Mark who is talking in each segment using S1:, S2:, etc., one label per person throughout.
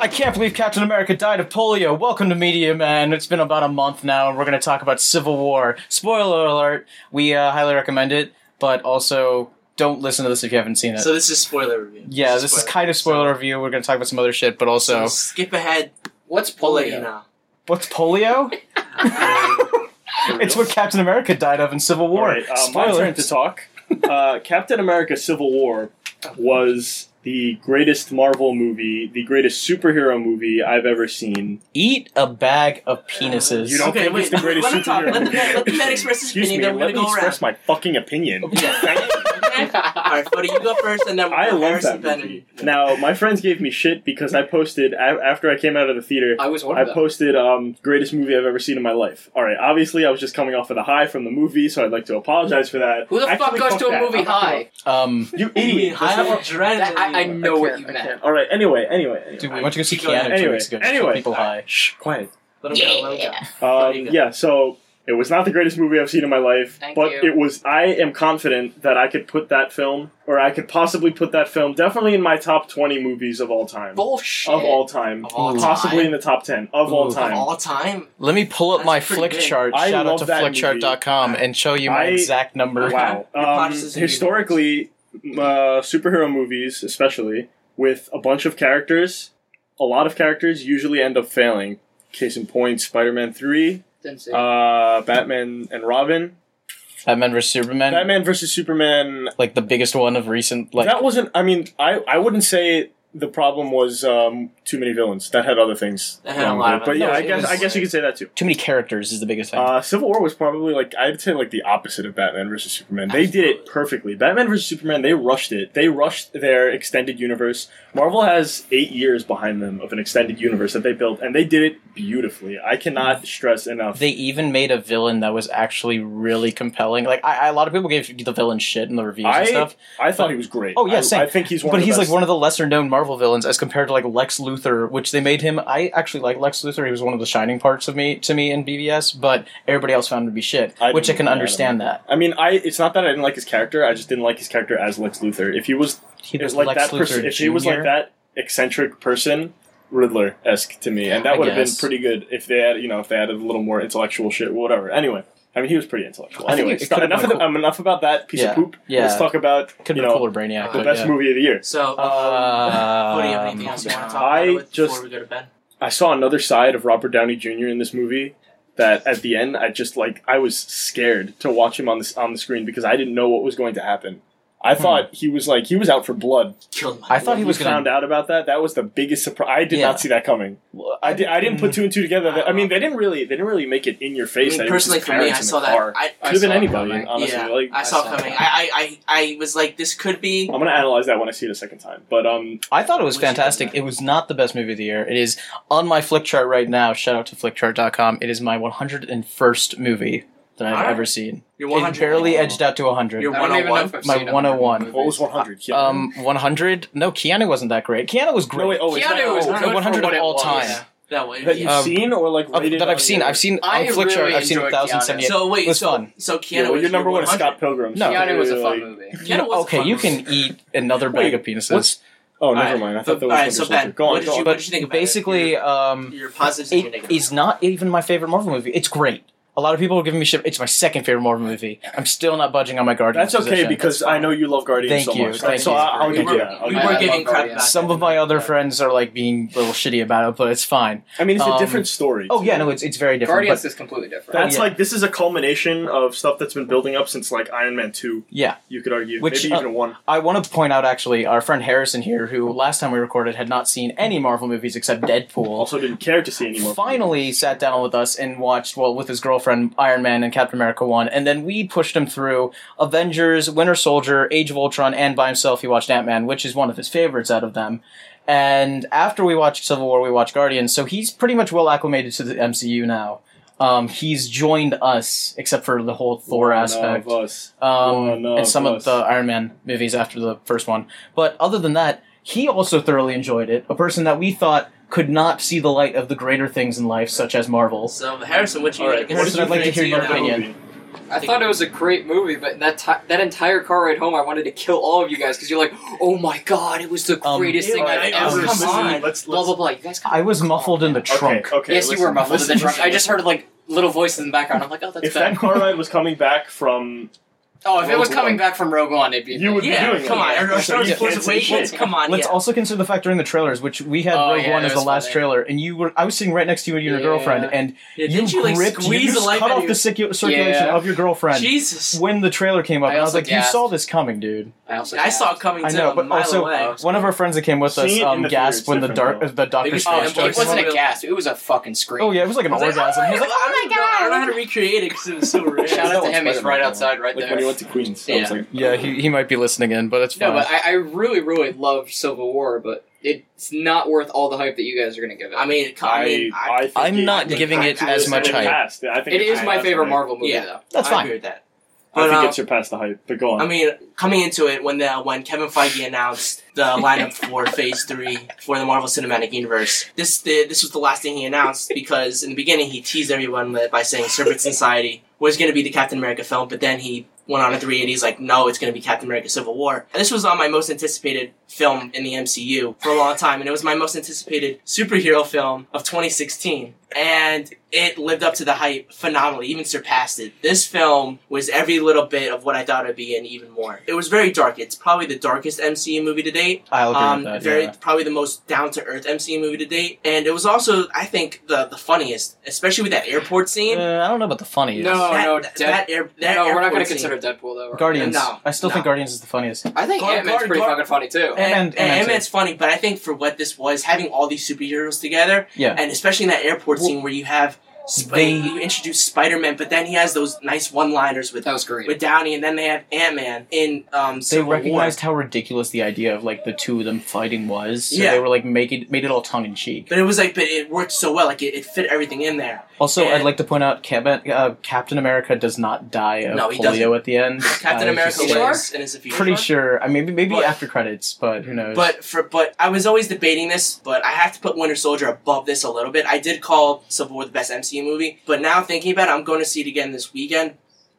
S1: I can't believe Captain America died of polio. Welcome to Media Man. It's been about a month now, and we're going to talk about Civil War. Spoiler alert: we uh, highly recommend it, but also don't listen to this if you haven't seen it.
S2: So this is spoiler review.
S1: yeah, this is
S2: spoiler.
S1: kind of spoiler review. We're going to talk about some other shit, but also
S2: So skip ahead.
S3: What's
S2: We'll let you
S3: polio?
S2: know.
S1: what's polio? it's what Captain America died of in Civil
S4: All
S1: War.
S4: right, uh, my
S1: Spoiler.
S4: turn to talk. Uh, Captain America: Civil War was the greatest Marvel movie, the greatest superhero movie I've ever seen.
S1: Eat a bag of penises.
S4: You don't
S2: Okay,
S4: think
S2: wait,
S4: it's the greatest
S2: let him talk.
S4: superhero?
S2: Let the man- let the man express his
S4: Excuse
S2: opinion,
S4: me.
S2: then we're
S4: Let me
S2: gonna go
S4: express my fucking opinion.
S2: Yeah.
S4: Thank you.
S2: All right, buddy, you go first, and then we'll
S4: I
S2: go
S4: love
S2: Harrison
S4: that
S2: Bennett.
S4: movie. Now, my friends gave me shit because I posted a- after I came out of the theater.
S3: I was one
S4: I
S3: of them.
S4: posted um, greatest movie I've ever seen in my life. All right, obviously I was just coming off of the high from the movie, so I'd like to apologize for that.
S3: Who the
S4: Actually,
S3: fuck goes
S4: fuck
S3: to a
S4: that.
S3: movie
S4: I'm not gonna-
S3: high?
S1: Um,
S4: You
S2: I mean,
S4: idiot!
S2: high
S4: That's
S2: on
S4: not-
S2: adrenaline.
S3: I- I know what you
S4: I can't.
S3: meant.
S4: All right. Anyway. Anyway. anyway.
S1: dude, we went to go see
S2: Keep going.
S1: Keanu two
S4: Anyway,
S1: weeks ago. to
S4: anyway.
S1: show people high.
S4: Shh, quiet.
S2: Let him go. Let him go.
S3: Yeah.
S4: Um,
S2: Sorry, go.
S4: yeah, so it was not the greatest movie I've seen in my life,
S3: Thank
S4: but
S3: you.
S4: it was. I am confident that I could put that film, or I could possibly put that film, definitely in my top twenty movies of all time.
S3: Bullshit.
S4: Of all time,
S2: Of all
S4: possibly
S2: time?
S4: in the top ten of all
S1: Ooh.
S4: time.
S2: Of all time.
S1: Let me pull up
S2: That's
S1: my
S2: pretty
S1: flick
S2: big.
S1: chart.
S4: I
S1: Shout out
S4: love
S1: to
S4: that
S1: flickchart.com
S2: movie.
S1: and show you my
S4: I-
S1: exact number.
S4: Wow.
S2: Your
S4: Um,
S2: products is
S4: historically, uh, superhero movies, especially with a bunch of characters, a lot of characters usually end up failing. Case in point, Spider-Man Three,
S3: Didn't see.
S4: uh, Batman and Robin,
S1: Batman vs Superman,
S4: Batman versus Superman.
S1: like the biggest one of recent. Like
S4: that wasn't. I mean, I I wouldn't say the problem was um, too many villains. That had other things.
S2: That had a
S4: wrong
S2: lot
S4: with
S2: of
S4: it. But
S2: other
S4: yeah, I
S2: things.
S4: guess
S2: It
S4: I
S2: was-
S4: guess you could say that too.
S1: too many characters is the biggest thing.
S4: Uh, Civil War was probably like I'd say like the opposite of Batman versus Superman. They did it perfectly. Batman versus Superman, they rushed it. They rushed their extended universe. Marvel has eight years behind them of an extended universe that they built, and they did it beautifully. I cannot stress enough.
S1: they even made a villain that was actually really compelling. Like I, I, a lot of people gave the villain shit in the reviews
S4: I-
S1: and stuff,
S4: I thought he was great.
S1: Oh, yeah,
S4: I-
S1: same.
S4: I, think he's one.
S1: but
S4: of the
S1: he's like
S4: best.
S1: one of the lesser known Marvel villains as compared to like Lex Luthor, which they made him. I actually like Lex Luthor; he was one of the shining parts of me to me in BBS, but everybody else found him to be shit,
S4: I
S1: which I
S4: didn't-
S1: can
S4: yeah, I
S1: understand
S4: don't-
S1: that.
S4: I mean, I it's not that I didn't like his character. I just didn't like his character as Lex Luthor. If he was,
S1: He
S4: if
S1: was
S4: like
S1: Lex
S4: that
S1: Luthor
S4: person, if he was like
S1: Jr..
S4: that eccentric person, Riddler esque to me, and that
S1: I
S4: would have been
S1: guess.
S4: pretty good if they had, you know, if they added a little more intellectual shit, whatever. Anyway. I mean, he was pretty intellectual.
S1: I think
S4: Anyway,
S1: it- it
S4: stop-
S1: could've
S4: enough,
S1: been
S4: of the,
S1: cool.
S4: um, enough about that piece
S1: Yeah.
S4: of poop.
S1: Yeah.
S4: Let's talk about
S1: Could
S4: you
S1: be
S4: know,
S1: cooler Brainiac.
S4: the
S1: but
S4: best
S1: yeah.
S4: movie of the year.
S2: So,
S1: Um,
S2: Cody, you have anything else you want to talk
S4: I
S2: about with
S4: just-
S2: before we go to bed?
S4: I saw another side of Robert Downey Jr. in this movie that at the end I just like I was scared to watch him on this on the screen because I didn't know what was going to happen. I thought he was like he was out for blood.
S2: Killed my
S1: Hmm. I thought
S4: When
S1: he was gonna-
S4: found out about that. That was the biggest surprise. I did
S1: Yeah.
S4: not see that coming. I did. I didn't put
S1: Mm,
S4: two and two together. I mean, they didn't really. They didn't really make it in your
S2: I
S4: face.
S2: mean,
S4: that it was
S2: personally,
S4: his
S2: for me, I
S4: parents in
S2: saw
S4: the
S2: that.
S4: car.
S2: I,
S3: I
S4: Could have been
S3: saw it
S4: anybody,
S3: coming.
S4: honestly.
S2: yeah,
S4: Like,
S2: I saw
S3: I
S2: it
S3: saw
S2: coming.
S3: it.
S2: I, I, I, I was like, this could be.
S4: I'm gonna analyze that when I see it a second time. But um,
S1: I thought it was
S2: Wish you had
S1: fantastic.
S2: that.
S1: It was not the best movie of the year. It is on my flick chart right now. Shout out to flickchart.com. It is my 101st movie that I've
S2: Alright.
S1: ever seen.
S2: You're
S1: It barely edged out to 100.
S2: You're
S3: I don't even know if
S2: 101.
S3: I've
S1: My
S3: seen it.
S1: 101.
S4: what was 100?
S1: um, 100? No, Keanu wasn't that great. Keanu was great.
S4: no, wait, oh, it's not-
S3: Keanu was
S4: oh,
S3: good for
S1: 100 of
S3: what it
S1: all
S3: was.
S1: time.
S2: That way.
S4: that you've
S1: Um,
S4: seen or like
S1: Of-
S4: rated
S1: that
S4: on
S1: I've seen.
S4: your-
S1: I've seen on
S3: I
S1: flick chart.
S3: really
S1: I've seen
S3: enjoyed
S1: 1,078.
S3: Keanu.
S2: So wait,
S1: it was
S2: so
S1: fun.
S2: so Keanu
S4: Yeah, well,
S2: was
S4: your number one is
S2: 100.
S4: Scott Pilgrim.
S1: No.
S3: Keanu was a
S4: like-
S3: fun movie.
S2: Keanu was a
S1: okay,
S2: fun
S1: you
S2: movie.
S1: can eat another bag
S4: Wait,
S1: of penises.
S4: what's- Oh, never
S2: Alright.
S4: mind. I thought that was
S2: Alright, so
S4: Winter
S2: Ben,
S4: Soldier. Go on,
S2: what did
S4: go on.
S2: you-
S1: But
S2: did think about it?
S1: basically, um,
S2: Your positives and your
S1: it
S2: negatives.
S1: is not even my favorite Marvel movie. It's great. A lot of people are giving me shit. It's my second favorite Marvel movie. I'm still not budging on my Guardians.
S4: That's okay
S1: position.
S4: because I know you love Guardians
S1: Thank
S4: so
S1: you,
S4: much.
S1: thank
S4: so
S1: you.
S4: I- I'll
S2: We
S4: give
S2: were-
S4: you that. I'll
S2: we
S4: give you
S2: were
S4: that.
S2: getting crap
S3: Guardians.
S2: about
S1: some of my other friends are like being a little shitty about it, but it's fine.
S4: I mean, it's a
S1: Um,
S4: different story.
S1: Oh
S4: too.
S1: yeah, no, it's it's very different.
S3: Guardians
S1: But
S3: is completely different.
S4: That's
S1: Oh, yeah.
S4: like this is a culmination of stuff that's been building up since like Iron Man two.
S1: Yeah.
S4: you could argue,
S1: Which,
S4: maybe
S1: uh,
S4: even one.
S1: I want to point out actually our friend Harrison here, who last time we recorded had not seen any Marvel movies except Deadpool.
S4: Also, didn't care to see anymore.
S1: Finally, sat down with us and watched well with his girlfriend Iron Man and Captain America one, and then we pushed him through Avengers, Winter Soldier, Age of Ultron, and by himself he watched Ant Man, which is one of his favorites out of them. And after we watched Civil War, we watched Guardians, so he's pretty much well acclimated to the MCU now. Um, he's joined us, except for the whole Thor
S4: One
S1: aspect
S4: of us.
S1: um,
S4: One
S1: and some
S4: of
S1: of the Iron Man movies after the first one. But other than that, he also thoroughly enjoyed it. A person that we thought could not see the light of the greater things in life, such as Marvel.
S2: So Harrison, what you?
S4: All right,
S2: I guess
S1: Harrison,
S2: you
S1: I'd like to
S2: can
S1: hear
S2: see
S1: your
S2: now.
S1: opinion.
S3: I thought it was a great movie, but that ti that entire car ride home, I wanted to kill all of you guys because you're like, "Oh my god, it was the
S1: Um,
S3: greatest
S2: ew,
S3: thing I've
S2: I-
S3: ever
S2: oh, come
S3: seen."
S2: on.
S4: Let's, let's,
S3: Blah blah blah. You guys,
S1: I was muffled in the trunk.
S4: Okay, okay,
S3: yes, you
S4: listen,
S3: were muffled in
S4: listen,
S3: the trunk.
S4: listen,
S3: I just
S4: listen.
S3: heard like little voices in the background. I'm like, "Oh, that's
S4: If
S3: bad."
S4: that car ride was coming back from,
S3: oh, if it was
S4: Rogue
S3: coming
S4: One.
S3: back from Rogue One, it'd be
S4: You would-
S2: yeah,
S4: doing
S2: come
S4: it.
S2: on.
S4: Yeah.
S2: Everyone
S4: So you
S2: starts
S4: can't say
S2: reservations.
S4: shit.
S2: Come on.
S1: Let's
S2: yeah.
S1: also consider the fact during the trailers, which we had
S3: Oh,
S1: Rogue
S3: yeah,
S1: One
S3: it
S1: as the
S3: was
S1: last
S3: funny.
S1: trailer, and you were I was sitting right next to you and your
S3: Yeah.
S1: girlfriend, and
S2: Yeah, didn't you, like
S1: gripped,
S2: squeeze
S1: you
S2: the
S1: just
S2: life
S1: cut
S2: out
S1: off
S2: of
S1: the circu- circulation
S3: Yeah.
S1: of your girlfriend
S2: Jesus.
S1: when the trailer came up,
S3: I
S1: and I was
S3: also
S1: like,
S3: gasped.
S1: you saw this coming, dude.
S3: I also
S2: I saw
S3: gasped.
S2: it coming
S1: I
S2: too,
S1: know,
S2: a
S1: but
S2: mile
S1: also uh,
S2: away.
S1: one of our friends that came with us
S4: Seeing it in
S1: um,
S4: the theater
S1: gasped
S4: is
S1: when the dark
S4: different, though.
S1: uh, the Doctor
S3: It was-
S1: Strange
S3: oh, it
S1: jokes.
S3: wasn't
S2: joke.
S3: a gasp. It was a fucking scream.
S1: Oh yeah, it was like an
S2: I was like,
S1: orgasm.
S2: oh,
S1: He was like,
S2: I don't know- I don't know how to recreate it because it was so rare.
S3: Shout out to him. He's
S4: Spider-Man,
S3: right
S4: though.
S3: outside, right
S4: like
S3: there.
S4: when you went to Queens. I was
S3: Yeah.
S4: like,
S1: yeah, he, he might be listening in, but it's
S3: No,
S1: fine.
S3: but I, I really, really loved Civil War, but it's not worth all the hype that you guys are going to give it.
S2: I mean, I, mean, I,
S4: I think
S1: I'm
S4: it-
S1: not
S4: like,
S1: giving
S4: I-
S1: it
S4: I
S1: as
S4: said
S1: much
S4: it
S1: hype.
S4: passed. I think
S3: it is my
S4: passed
S3: favorite
S4: the hype.
S3: Marvel movie,
S2: Yeah.
S3: though.
S1: That's
S2: I
S1: fine.
S2: agree with that.
S4: I
S2: But,
S4: think
S2: um,
S4: it surpassed the hype. But go on.
S2: I mean, coming into it, when the when Kevin Feige announced the lineup for Phase Three for the Marvel Cinematic Universe, this the, this was the last thing he announced because in the beginning he teased everyone with- by saying Serpent Society was going to be the Captain America film, but then he went on a 380. He's like, no, it's going to be Captain America: Civil War. And this was on my most anticipated film in the MCU for a long time, and it was my most anticipated superhero film of 2016. And it lived up to the hype phenomenally, even surpassed it. This film was every little bit of what I thought it'd be, and even more. It was very dark. It's probably the darkest MCU movie to date
S1: I'll agree
S2: um,
S1: with that.
S2: very
S1: yeah.
S2: probably the most down to earth MCU movie to date, and it was also I think the the funniest, especially with that airport scene.
S1: Uh, I don't know about the funniest.
S3: No,
S2: that,
S3: Uh, no,
S2: that,
S3: Dead-
S2: that air, that
S3: no, we're not
S2: going to
S3: consider Deadpool, though. right?
S1: Guardians.
S2: No,
S1: I still think
S2: no.
S1: Guardians is the funniest.
S3: I think
S2: Guard-
S3: Ant-Man's
S2: guard-
S3: pretty
S2: guard-
S3: fucking funny, too.
S1: And-
S2: And, and,
S1: and Ant-Man.
S2: Ant-Man's funny, but I think for what this was, having all these superheroes together,
S1: Yeah.
S2: and especially in that airport
S1: Well,
S2: scene where you have Sp-
S1: they-
S2: you introduce Spider-Man, but then he has those nice one-liners with
S3: That was great.
S2: with Downey, and then they have Ant-Man in um,
S1: Oh, they
S2: Civil
S1: recognized
S2: War.
S1: how ridiculous the idea of like the two of them fighting was, so
S2: Yeah.
S1: they were like make it made it all tongue in cheek.
S2: But it was like, but it worked so well, like it, it fit everything in there.
S1: Also,
S2: And-
S1: I'd like to point out Captain, uh, Captain America does not die of
S2: No, he
S1: polio
S2: doesn't.
S1: at the end.
S2: Captain
S1: Uh,
S2: America
S1: he's
S3: just-
S2: lives and is a future.
S1: Pretty sure. I maybe maybe
S2: But-
S1: after credits, but who knows?
S2: But for but I was always debating this, but I have to put Winter Soldier above this a little bit. I did call Civil War the best MCU movie, but now thinking about it, I'm going to see it again this weekend.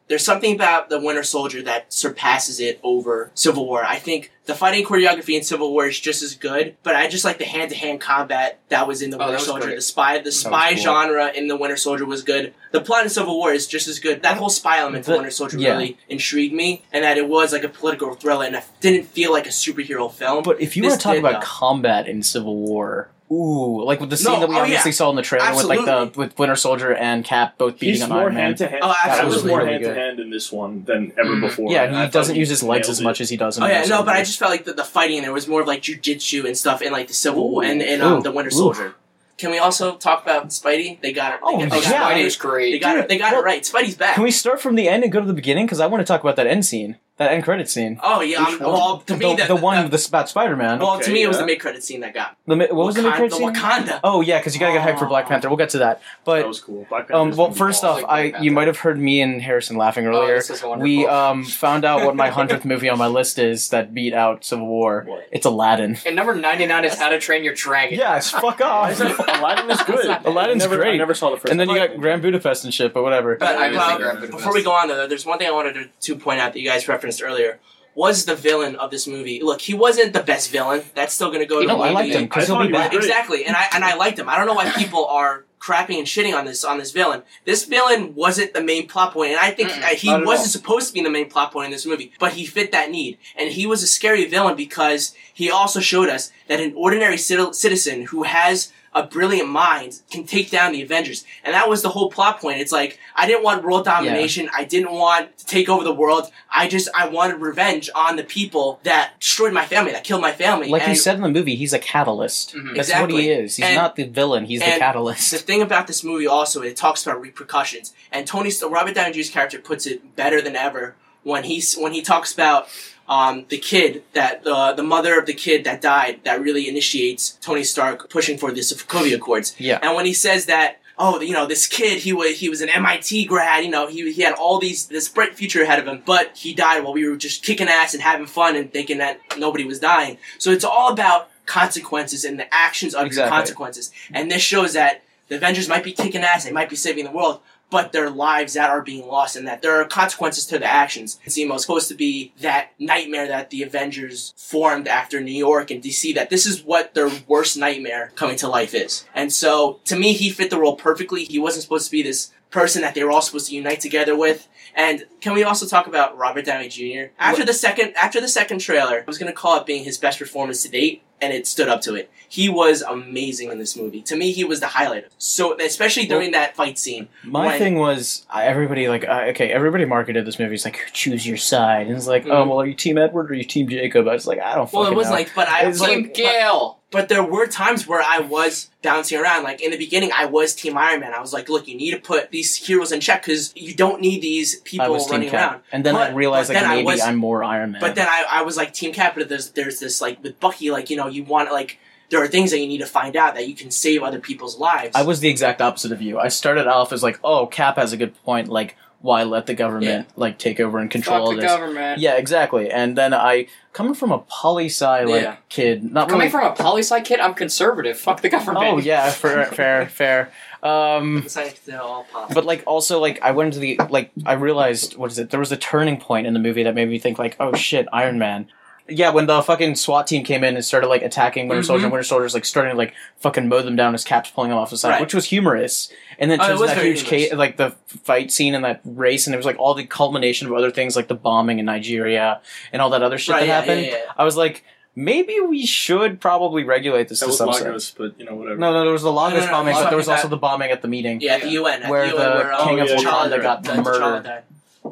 S2: There's something about the Winter Soldier that surpasses it over Civil War. I think the fighting choreography in Civil War is just as good, but I just like the hand-to-hand combat that was in the
S3: Oh, that
S2: Winter
S3: was
S2: Soldier.
S3: great.
S2: The spy, the spy
S1: cool.
S2: genre in the Winter Soldier was good. The plot in Civil War is just as good. That whole spy element in
S1: The-
S2: Winter Soldier
S1: yeah.
S2: really intrigued me, and that it was like a political thriller, and it didn't feel like a superhero film.
S1: But if you
S2: This
S1: want to talk
S2: did,
S1: about
S2: though.
S1: combat in Civil War, ooh, like with the scene
S2: No,
S1: that we
S2: oh,
S1: obviously saw in the trailer with like the
S2: Absolutely.
S1: with Winter Soldier and Cap both beating
S4: He's
S1: on
S4: more
S1: Iron Man.
S4: hand to hand.
S2: Oh,
S4: That was
S1: absolutely
S4: more
S1: really
S4: hand to
S1: good.
S4: hand in this one than ever
S3: Mhm.
S4: before.
S1: Yeah,
S4: and I
S1: and he
S4: thought
S1: doesn't use his legs
S4: nailed
S1: as
S4: it.
S1: much as he does in
S2: Oh yeah,
S1: Winter
S2: no, but I
S1: Soldier.
S2: just felt like the, the fighting there was more of like jujitsu and stuff in like the Civil War and, and
S1: Ooh.
S2: um, the Winter
S1: Ooh.
S2: Soldier. Can we also talk about Spidey? They got it. They
S1: Oh,
S2: got,
S3: oh,
S2: they
S1: yeah.
S2: got,
S3: Spidey's
S2: it. They
S3: great.
S2: got it. They got it right. Spidey's back.
S1: Can we start from the end and go to the beginning? Because I want to talk about that end scene, that end credit scene.
S2: oh yeah, I'm,
S4: Which one?
S2: well, to
S1: the,
S2: me,
S1: the,
S2: that-
S1: one
S2: that-
S1: with the about Spider Man.
S2: well, to
S4: Okay,
S2: me, it was
S4: yeah.
S2: the mid credit scene that got.
S1: the, mi- what was the mid
S2: Wakanda,
S1: credit scene?
S2: Wakanda.
S1: Oh yeah, because you gotta get hyped for Black
S2: Oh.
S1: Panther. We'll get to that.
S4: That
S1: But
S4: was cool. Black
S1: um,
S4: Panther's
S1: well,
S4: gonna be
S1: first
S4: awesome.
S1: off,
S3: Black
S1: I you
S3: Panther.
S1: might have heard me and Harrison laughing
S2: Oh,
S1: earlier.
S3: Oh, this is wonderful.
S1: we um, found out what my hundredth movie on my list is that beat out Civil War.
S4: What?
S1: It's Aladdin.
S3: and number 99 is How to Train Your Dragon.
S1: Yes, fuck
S4: I said Aladdin is good.
S1: Aladdin's
S4: I never,
S1: great.
S4: I never saw the first.
S1: And then you
S4: Black
S1: got Grand Budapest and shit, but whatever.
S2: But I,
S3: I
S2: well,
S3: think Grand
S2: before we go on though, there's one thing I wanted to, to point out that you guys referenced earlier was the villain of this movie. Look, he wasn't the best villain. That's still going to go to
S1: No, I
S2: movie.
S1: liked him
S4: I
S1: because he'll
S4: thought
S1: be
S4: he was
S1: back.
S4: great.
S2: Exactly, and I and I liked him. I don't know why people are crapping and shitting on this on this villain. This villain wasn't the main plot point, and I think
S3: Mm-mm,
S2: uh, he
S4: not at
S2: wasn't
S4: all.
S2: supposed to be the main plot point in this movie, but he fit that need, and he was a scary villain because he also showed us that an ordinary citi- citizen who has a brilliant mind can take down the Avengers, and that was the whole plot point. It's like I didn't want world domination. I didn't want to take over the world. I just I wanted revenge on the people that destroyed my family, that killed my family.
S1: Like you
S2: And-
S1: said in the movie, he's a catalyst.
S3: Mhm.
S1: That's what
S2: Exactly.
S1: he is. He's
S2: And-
S1: not the villain. He's the
S2: and- The
S1: catalyst.
S2: thing about this movie also, it talks about repercussions, and Tony Robert Downey Jr.'s character puts it better than ever when he's when he talks about um, the kid that the the mother of the kid that died that really initiates Tony Stark pushing for the Sokovia Accords.
S1: Yeah.
S2: And when he says that, oh, you know, this kid, he was he was an MIT grad, you know, he he had all these this bright future ahead of him, but he died while we were just kicking ass and having fun and thinking that nobody was dying. So it's all about consequences and the actions of your
S1: Exactly.
S2: consequences. And this shows that the Avengers might be kicking ass, they might be saving the world, but their lives that are being lost and that there are consequences to the actions. Zemo is supposed to be that nightmare that the Avengers formed after New York and DC, that this is what their worst nightmare coming to life is. And so, to me, he fit the role perfectly. He wasn't supposed to be this person that they were all supposed to unite together with. And can we also talk about Robert Downey Jr. after the second after the second trailer? I was gonna call it being his best performance to date, and it stood up to it. He was amazing in this movie. To me, he was the highlight. So especially during that fight scene,
S1: My
S2: When-
S1: thing was I- everybody like uh, okay, everybody marketed this movie. It's like choose your side, and it's like, oh
S2: Mhm.
S1: well, are you Team Edward or are you Team Jacob? I was like, I don't.
S2: Well, it
S1: fucking
S2: was
S1: know.
S2: like, but I
S1: It's
S2: but,
S3: Team
S2: but,
S3: Gale.
S2: but there were times where I was bouncing around. Like in the beginning, I was Team Iron Man. I was like, look, you need to put these heroes in check because you don't need
S1: I
S2: these people
S1: was Team
S2: running
S1: Cap,
S2: around.
S1: and then I
S2: But-
S1: realized
S2: but
S1: like
S2: then I
S1: maybe
S2: was-
S1: I'm more Iron Man.
S2: But then I, I was like Team Cap, but there's there's this like with Bucky, like you know, you want like there are things that you need to find out that you can save other people's lives.
S1: I was the exact opposite of you. I started off as like, oh, Cap has a good point. Like, why let the government like take over and control all
S3: Fuck the
S1: this?
S3: government.
S1: Yeah, exactly. And then I coming from a poli sci like
S3: Yeah.
S1: kid, not really.
S3: Coming from a poli sci kid, I'm conservative. Fuck the government.
S1: oh yeah, fair, fair, fair. Um,
S2: Besides, they're all pop.
S1: but like also like I went into the like I realized what is it? There was a turning point in the movie that made me think like, oh shit, Iron Man. Yeah, when the fucking SWAT team came in and started like attacking
S2: Mm-hmm.
S1: Winter Soldier, and Winter Soldier's like starting to like fucking mow them down as Cap's pulling them off the side,
S2: Right.
S1: which was humorous. And then
S2: Oh, it
S1: turns
S2: was
S1: into that
S2: very
S1: huge
S2: humorous.
S1: case, like the fight scene and that race, and it was like all the culmination of other things like the bombing in Nigeria and all that other shit that
S2: yeah,
S1: happened.
S2: yeah, yeah.
S1: I was like, maybe we should probably regulate this
S4: That
S1: to
S4: was
S1: some extent.
S4: Lagos, but you know whatever.
S1: No, no, there was the Lagos
S2: no,
S1: bombing,
S2: I'm
S1: but there was
S2: talking
S1: also the bombing at the meeting.
S2: Yeah, the UN, at
S1: Where
S2: the, UN,
S1: the
S2: where,
S1: king
S4: of
S2: um,
S1: Wakanda
S2: T'Challa-
S1: got
S2: the T'Challa
S1: murdered.
S2: died.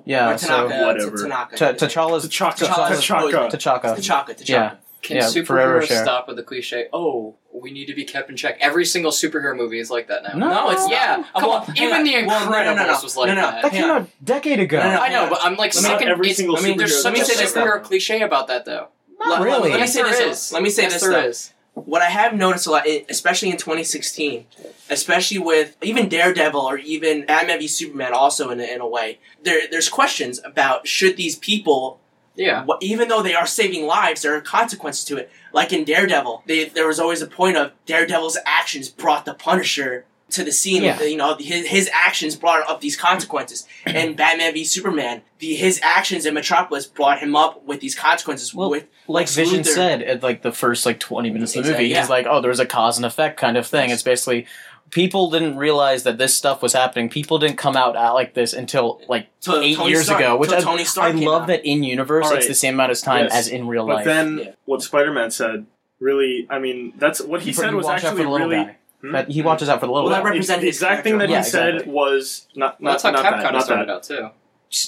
S1: Yeah,
S2: or
S1: so
S2: Tanaka,
S4: whatever.
S2: Tanaka.
S1: Ta- T'Challa's
S4: T'Chaka,
S2: T'Challa's
S4: T'Chaka.
S1: T'Chaka.
S2: T'Chaka, T'Chaka.
S1: Yeah.
S3: Can
S1: Yeah, forever
S3: superheroes
S1: share.
S3: stop with the cliche? Oh, we need to be kept in check. Every single superhero movie is like that now.
S1: No. No, it's
S3: yeah.
S2: not.
S3: Come
S2: Well,
S3: on,
S2: hang
S3: even
S2: on.
S3: the Incredibles
S2: Well, no, no, no, no.
S3: was like
S2: No, no.
S1: That
S3: that.
S1: came out a decade ago.
S2: No, no,
S3: I know, but I'm like
S2: Let me-
S3: sick and
S4: every
S3: it's-
S4: single
S3: I mean,
S4: superhero
S3: there's such a
S2: does that.
S3: superhero cliche about that though.
S1: Not
S2: Let-
S1: really.
S2: Let me say
S3: Yes,
S2: this.
S3: there
S2: though.
S3: is.
S2: Let me say
S3: yes,
S2: this.
S3: there
S2: though.
S3: is.
S2: what I have noticed a lot, i- especially in 2016, especially with even Daredevil or even Batman v Superman, also in a, in a way, there there's questions about should these people,
S3: Yeah.
S2: wh- even though they are saving lives, there are consequences to it. Like in Daredevil, they, there was always a point of Daredevil's actions brought the Punisher to the scene.
S1: Yeah.
S2: You know, his, his actions brought up these consequences. and Batman v Superman, the, his actions in Metropolis brought him up with these consequences.
S1: Well,
S2: with
S1: like
S2: Lex
S1: Vision
S2: Luthor.
S1: said at like the first like 20 minutes of the
S2: Exactly,
S1: movie, he's
S2: yeah.
S1: like, "Oh, there was a cause and effect kind of thing." It's basically people didn't realize that this stuff was happening. People didn't come out at like this until like
S2: to
S1: eight
S2: Tony
S1: years
S2: Stark-
S1: ago, which
S2: to
S1: I,
S2: Tony Stark
S1: I
S2: came
S1: love
S2: out.
S1: that in universe
S4: All
S1: it's
S4: right.
S1: the same amount of time
S4: Yes.
S1: as in real
S4: But
S1: life.
S4: then
S2: Yeah.
S4: what Spider Man said really, I mean, that's what he
S1: You
S4: said was
S1: watch out for
S4: actually
S1: the little
S4: really.
S1: guy.
S4: Hmm?
S1: That he watches out for the little
S2: Well,
S1: guy.
S2: that represents
S4: the
S2: his
S4: exact thing that
S1: character.
S4: he
S1: Yeah,
S4: said
S1: exactly.
S4: was not
S3: Well,
S4: not,
S3: that's how
S4: not
S3: Cap
S4: that,
S3: kind of
S4: not
S3: started
S4: that.
S3: out too.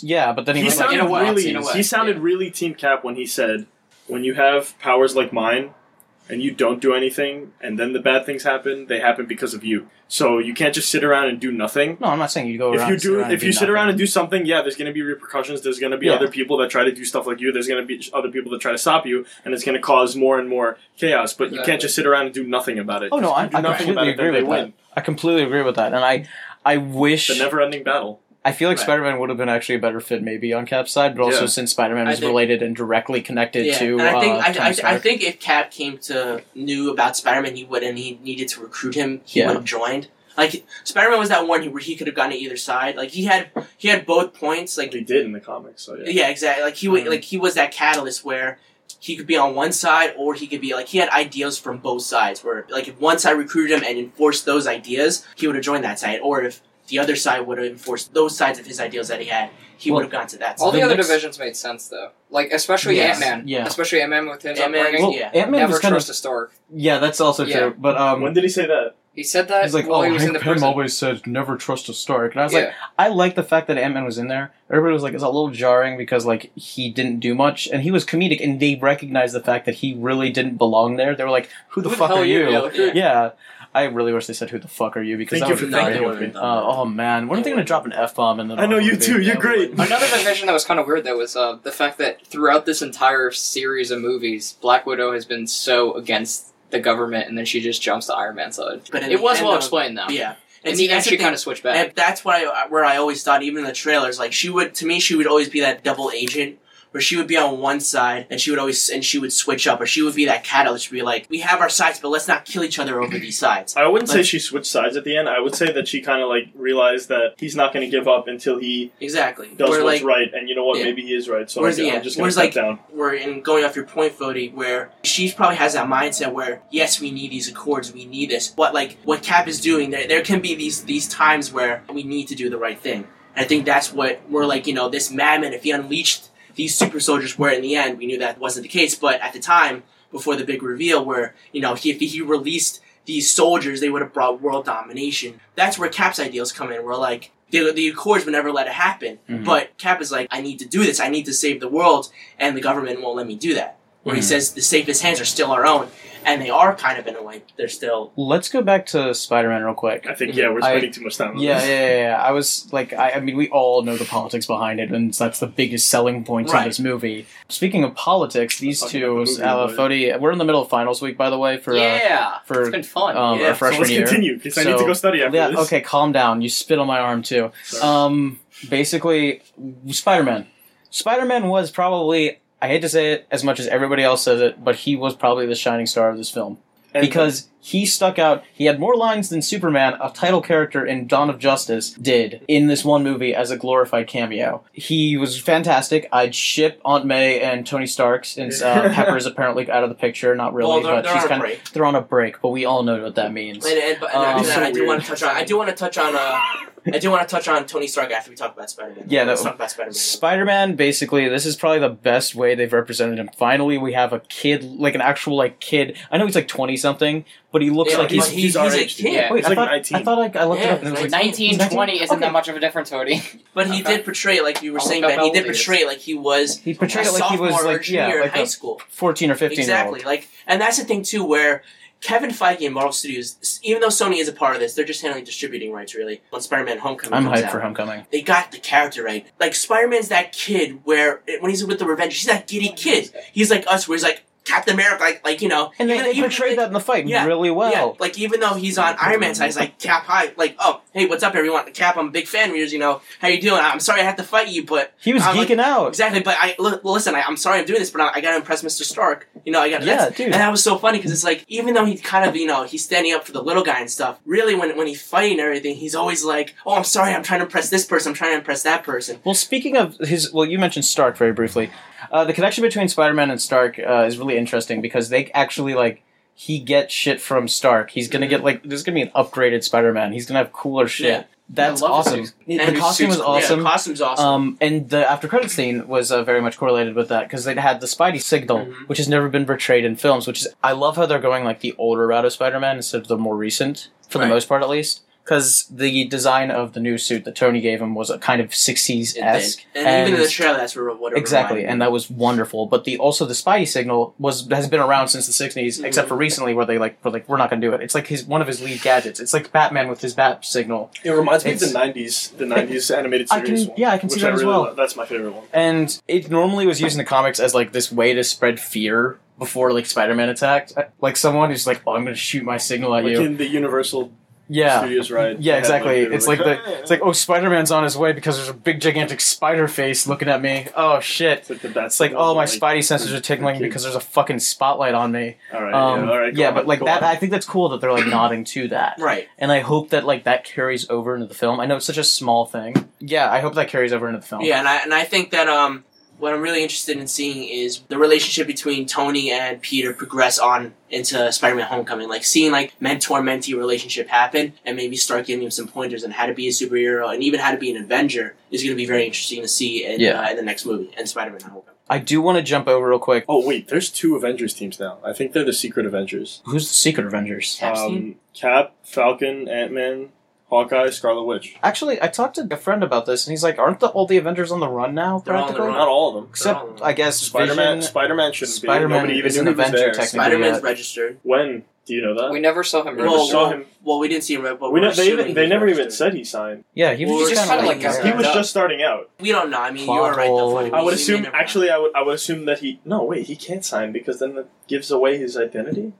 S1: yeah, but then he,
S4: He
S1: was like,
S4: sounded
S3: in a way,
S4: really
S3: in a way,
S4: he sounded
S3: yeah.
S4: really team cap when he said, "When you have powers like mine, and you don't do anything, and then the bad things happen, they happen because of you. So you can't just sit around and do nothing.
S1: "No, I'm not saying you go
S4: If
S1: around
S4: you
S1: and sit
S4: do,
S1: around and
S4: if you sit
S1: nothing.
S4: around and do something, yeah, there's going to be repercussions. There's going to be
S1: Yeah.
S4: other people that try to do stuff like you. There's going to be other people that try to stop you, and it's going to cause more and more chaos. But you can't
S3: Exactly.
S4: just sit around and do nothing about it.
S1: Oh, no,
S4: If you
S1: I-
S4: do
S1: I
S4: nothing about
S1: completely
S4: it, then
S1: agree
S4: they
S1: with that.
S4: win.
S1: I completely agree with that, and I, I wish
S4: The never-ending battle.
S1: I feel like
S3: Right.
S1: Spider Man would have been actually a better fit maybe on Cap's side, but also
S4: Yeah.
S1: since Spider Man
S2: I
S1: was
S2: think-
S1: related and directly connected
S2: Yeah,
S1: to
S2: and I think
S1: uh, Tony
S2: I, I, I
S1: Stark.
S2: think if Cap came to knew about Spider Man, he would and he needed to recruit him, he
S1: Yeah.
S2: would have joined. Like Spider Man was that one where he could have gone to either side. Like he had he had both points. Like
S4: They did in the comics. So yeah.
S2: yeah, exactly. Like he wa-
S1: Mhm.
S2: like he was that catalyst where he could be on one side or he could be like he had ideas from both sides. Where like if one side recruited him and enforced those ideas, he would have joined that side. Or if the other side would have enforced those sides of his ideas that he had, he
S1: Well,
S2: would have gone to that.
S3: All
S2: side.
S1: the
S3: the, other
S1: next-
S3: divisions made sense though. Like especially
S2: Yes.
S3: Ant Man.
S1: Yeah.
S3: Especially Ant Man with his
S2: Ant-Man,
S3: upbringing.
S1: well,
S2: yeah.
S1: Ant Man was
S3: Never
S1: kind
S3: trust
S1: of
S3: a Stark.
S1: yeah, that's also
S3: Yeah.
S1: true. But um,
S4: when did he say that?
S3: He said that
S1: he's like,
S3: while
S1: oh,
S3: he was in
S1: Hank
S3: the
S1: Pym
S3: prison.
S1: always said never trust a Stark, and I was
S3: yeah.
S1: like, I like the fact that Ant Man was in there. Everybody was like, it's a little jarring because like he didn't do much, and he was comedic, and they recognized the fact that he really didn't belong there. They were like, who the, fuck
S3: hell
S1: are you?
S3: Yeah,
S1: Yeah. I really wish they said who the fuck are you because
S4: Thank
S1: that
S4: you
S1: would have been
S4: for
S2: No, they
S4: thinking
S1: great.
S4: of
S2: wouldn't
S4: me.
S2: have done
S1: Uh,
S2: that.
S1: oh man, when are they gonna drop an f bomb in the?
S4: I know you too. You're
S2: Yeah,
S4: great.
S2: when-
S3: Another division that was kind of weird though was uh, the fact that throughout this entire series of movies, Black Widow has been so against the government, and then she just jumps to Iron Man's side.
S2: But in
S3: It
S2: the
S3: was
S2: end
S3: well
S2: of-
S3: explained though.
S2: Yeah,
S3: And
S2: see,
S3: the end
S2: that's the
S3: she
S2: thing.
S3: kind of switched back.
S2: And that's what I, where I always thought, even in the trailers, like she would to me, she would always be that double agent where she would be on one side and she would always and she would switch up, or she would be that catalyst, be like, we have our sides, but let's not kill each other over these sides.
S4: I wouldn't say
S2: Like-
S4: she switched sides at the end. I would say that she kind of like realized that he's not going to give up until he
S2: Exactly.
S4: does
S2: Where,
S4: what's
S2: like,
S4: right. And you know what?
S2: Yeah.
S4: Maybe he is right. So I'm,
S2: Whereas,
S4: I'm
S2: yeah,
S4: just going
S2: whereas,
S4: to step
S2: like,
S4: down.
S2: where in going off your point, Fody, where she probably has that mindset where yes, we need these accords, we need this, but like what Cap is doing, there there can be these these times where we need to do the right thing. And I think that's what we're like, you know, this madman if he unleashed these super soldiers, where in the end we knew that wasn't the case, but at the time before the big reveal, where you know he, if he released these soldiers, they would have brought world domination. That's where Cap's ideals come in. Where like the the accords would never let it happen,
S1: Mhm.
S2: but Cap is like, I need to do this. I need to save the world and the government won't let me do that. Where he
S1: Mhm.
S2: says the safest hands are still our own, and they are kind of in a way. They're still.
S1: Let's go back to Spider Man real quick.
S4: I think yeah, we're
S1: Mhm. I-
S4: spending too much time. On
S1: Yeah,
S4: this.
S1: yeah, yeah, yeah. I was like, I, I mean, we all know the politics behind it, and that's the biggest selling point
S2: Right.
S1: to this movie. Speaking of politics, these
S4: Let's talk
S1: two,
S4: about the movie,
S1: uh,
S4: but-
S1: Fody, we're in the middle of finals week, by the way, for uh,
S3: yeah,
S1: for,
S3: it's been fun.
S1: um,
S2: yeah.
S1: our
S2: So
S4: So
S1: freshman
S4: let's
S1: year.
S4: continue because I need to
S1: So-
S4: go study after
S1: Yeah,
S4: this.
S1: okay, calm down. You spit on my arm too.
S4: Sorry.
S1: Um, basically, Spider Man. Spider Man was probably, I hate to say it as much as everybody else says it, but he was probably the shining star of this film.
S4: And-
S1: because he stuck out. He had more lines than Superman, a title character in Dawn of Justice, did in this one movie as a glorified cameo. He was fantastic. I'd ship Aunt May and Tony Stark since uh, Pepper is apparently out of the picture. Not really,
S2: well, they're,
S1: but
S2: they're
S1: she's
S2: on a
S1: kind of
S2: break.
S1: they're on a break. But we all know what that means.
S2: And, and, but, and
S1: Um,
S2: after that,
S1: so
S2: I do
S4: weird.
S2: want to touch on. I do want to touch on. Uh, I do want to touch on Tony Stark after we talk about Spider Man.
S1: Yeah, that-
S2: let's talk about Spider Man.
S1: Spider-Man basically this is probably the best way they've represented him. Finally we have a kid like an actual like kid. I know he's like 20 something, but he looks
S2: Yeah,
S1: like
S2: but
S1: he's
S2: he- he's
S4: our
S2: a
S4: age, dude.
S2: kid. Yeah,
S1: Wait,
S4: he's
S1: I,
S4: like
S1: thought,
S4: 19.
S1: I thought I, I looked it
S2: Yeah,
S1: up and it was
S2: he's
S1: like
S3: 1920
S1: 19?
S3: isn't
S1: Okay.
S3: that much of a difference, Cody.
S2: But he
S3: Okay.
S2: did portray, like you were
S3: I'll
S2: saying,
S3: look
S2: Ben.
S3: up
S2: He
S3: how
S2: did
S3: old he
S2: portray like he was.
S1: he portrayed it like he
S2: sophomore
S1: was
S2: or
S1: like yeah,
S2: junior in
S1: like
S2: high
S1: a
S2: school.
S1: 14 or 15 year
S2: Exactly.
S1: old.
S2: Like, and that's the thing too, where Kevin Feige and Marvel Studios, s- even though Sony is a part of this, they're just handling distributing rights really. When Spider Man Homecoming,
S1: I'm
S2: comes
S1: hyped
S2: out.
S1: for Homecoming.
S2: they got the character right. Like Spider Man's that kid where when he's with the Revenge, he's that giddy kid. He's like us, where he's like Captain America, like like you know.
S1: And they,
S2: even-
S1: they
S2: even-
S1: portrayed that in the fight
S2: Yeah,
S1: really
S2: Yeah,
S1: well.
S2: like even though he's on Iron Man's side, he's like Cap high, like oh hey what's up everyone, Cap I'm a big fan of yours, you know how you doing? I'm sorry I had to fight you, but
S1: He was
S2: I'm like-
S1: geeking out.
S2: exactly, but I li- listen, I, I'm sorry I'm doing this, but I, I gotta impress Mr. Stark, you know I gotta
S1: Yeah, dude.
S2: and that was so funny because it's like, even though he kind of, you know, he's standing up for the little guy and stuff, really when, when he's fighting everything, he's always like, oh, I'm sorry, I'm trying to impress this person, I'm trying to impress that person.
S1: Well, speaking of his, well, you mentioned Stark very briefly. Uh, the connection between Spider-Man and Stark uh, is really interesting because they actually like he gets shit from Stark. He's gonna get like there's gonna be an upgraded Spider-Man. He's gonna have cooler shit.
S2: Yeah.
S1: That's
S3: I love the
S1: awesome.
S3: suit.
S1: The,
S2: And his
S1: costume
S2: suit's
S1: was
S2: cool. Yeah,
S1: awesome.
S2: the costume's awesome.
S1: Um, and the after credit scene was uh, very much correlated with that because they'd had the Spidey signal,
S2: Mhm.
S1: which has never been portrayed in films. Which is, I love how they're going like the older route of Spider-Man instead of the more recent, for the
S2: Right.
S1: most part at least. Because the design of the new suit that Tony gave him was a kind of sixties Um, esque,
S2: And, even in the trailer, that's where what it
S1: exactly,
S2: reminded
S1: and that was wonderful. But the also the Spidey signal was has been around since the 60s
S2: Mhm.
S1: except for recently where they like were like we're not going to do it. It's like his one of his lead gadgets. It's like Batman with his bat signal.
S4: It reminds me of the
S1: It's-
S4: '90s, the '90s animated
S1: I can-
S4: series. one,
S1: yeah, I can see
S4: which
S1: that
S4: I
S1: as
S4: really
S1: well.
S4: love. That's my favorite one.
S1: and it normally was used in the comics as like this way to spread fear before like Spider-Man attacked, uh, like someone who's like, "Oh, I'm gonna shoot my signal at
S4: Like
S1: you."
S4: in the Universal
S1: Yeah,
S4: Studios ride.
S1: yeah,
S4: they had,
S1: exactly.
S4: they were
S1: It's like the it's like, "Oh, Spider-Man's on his way because there's a big gigantic spider face looking at me." Oh shit!
S4: It's like the bad
S1: It's like,
S4: signal,
S1: "Oh, my
S4: like,
S1: Spidey sensors are tingling
S4: okay.
S1: because there's a fucking spotlight on me."
S4: All right,
S1: Um,
S4: yeah, all right, go
S1: yeah,
S4: on,
S1: but like
S4: go
S1: that,
S4: on.
S1: I think that's cool that they're like nodding to that,
S2: Right.
S1: and I hope that like that carries over into the film. I know it's such a small thing. Yeah, I hope that carries over into the film.
S2: Yeah, and I and I think that um what I'm really interested in seeing is the relationship between Tony and Peter progress on into Spider-Man Homecoming. Like seeing like mentor-mentee relationship happen and maybe start giving him some pointers on how to be a superhero and even how to be an Avenger is going to be very interesting to see in,
S1: Yeah.
S2: uh, in the next movie and Spider-Man Homecoming.
S1: I do want to jump over real quick.
S4: Oh wait, there's two Avengers teams now. I think they're the Secret Avengers.
S1: Who's the Secret Avengers?
S2: Cap's
S4: Um,
S2: team?
S4: Cap, Falcon, Ant Man, Hawkeye, Scarlet Witch.
S1: Actually, I talked to a friend about this, and he's like, "Aren't the, all the Avengers on the run now?
S2: They're all on the
S1: practically?
S2: run.
S4: Not all of them.
S1: Except, I guess
S4: Spider Man.
S1: Vision-
S4: Spider Man shouldn't
S1: Spider-Man
S4: be. Nobody even
S1: is an
S4: knew he was
S1: Avenger
S4: there.
S1: technically.
S2: Spider-Man's
S1: yeah.
S2: registered.
S4: When do you know that?
S3: We never saw him.
S4: never
S2: well,
S3: register.
S4: saw
S2: well,
S4: him.
S2: well, we didn't see him, right, but
S4: We
S2: we're
S4: know, they
S2: assuming
S4: even, they
S2: he's
S4: never even
S2: registered.
S4: said he signed.
S1: yeah, he was
S2: Well,
S1: just
S2: it's
S1: kind of like,
S2: kinda like
S3: Yeah.
S4: He was
S2: Yeah.
S4: just starting out.
S2: We don't know. I mean,
S1: Plot
S2: you are right. Though,
S1: hole.
S2: Funny,
S4: I would
S2: we may
S4: assume.
S2: never know.
S4: Actually, I would. I would assume that he. No, wait. He can't sign because then that gives away his identity.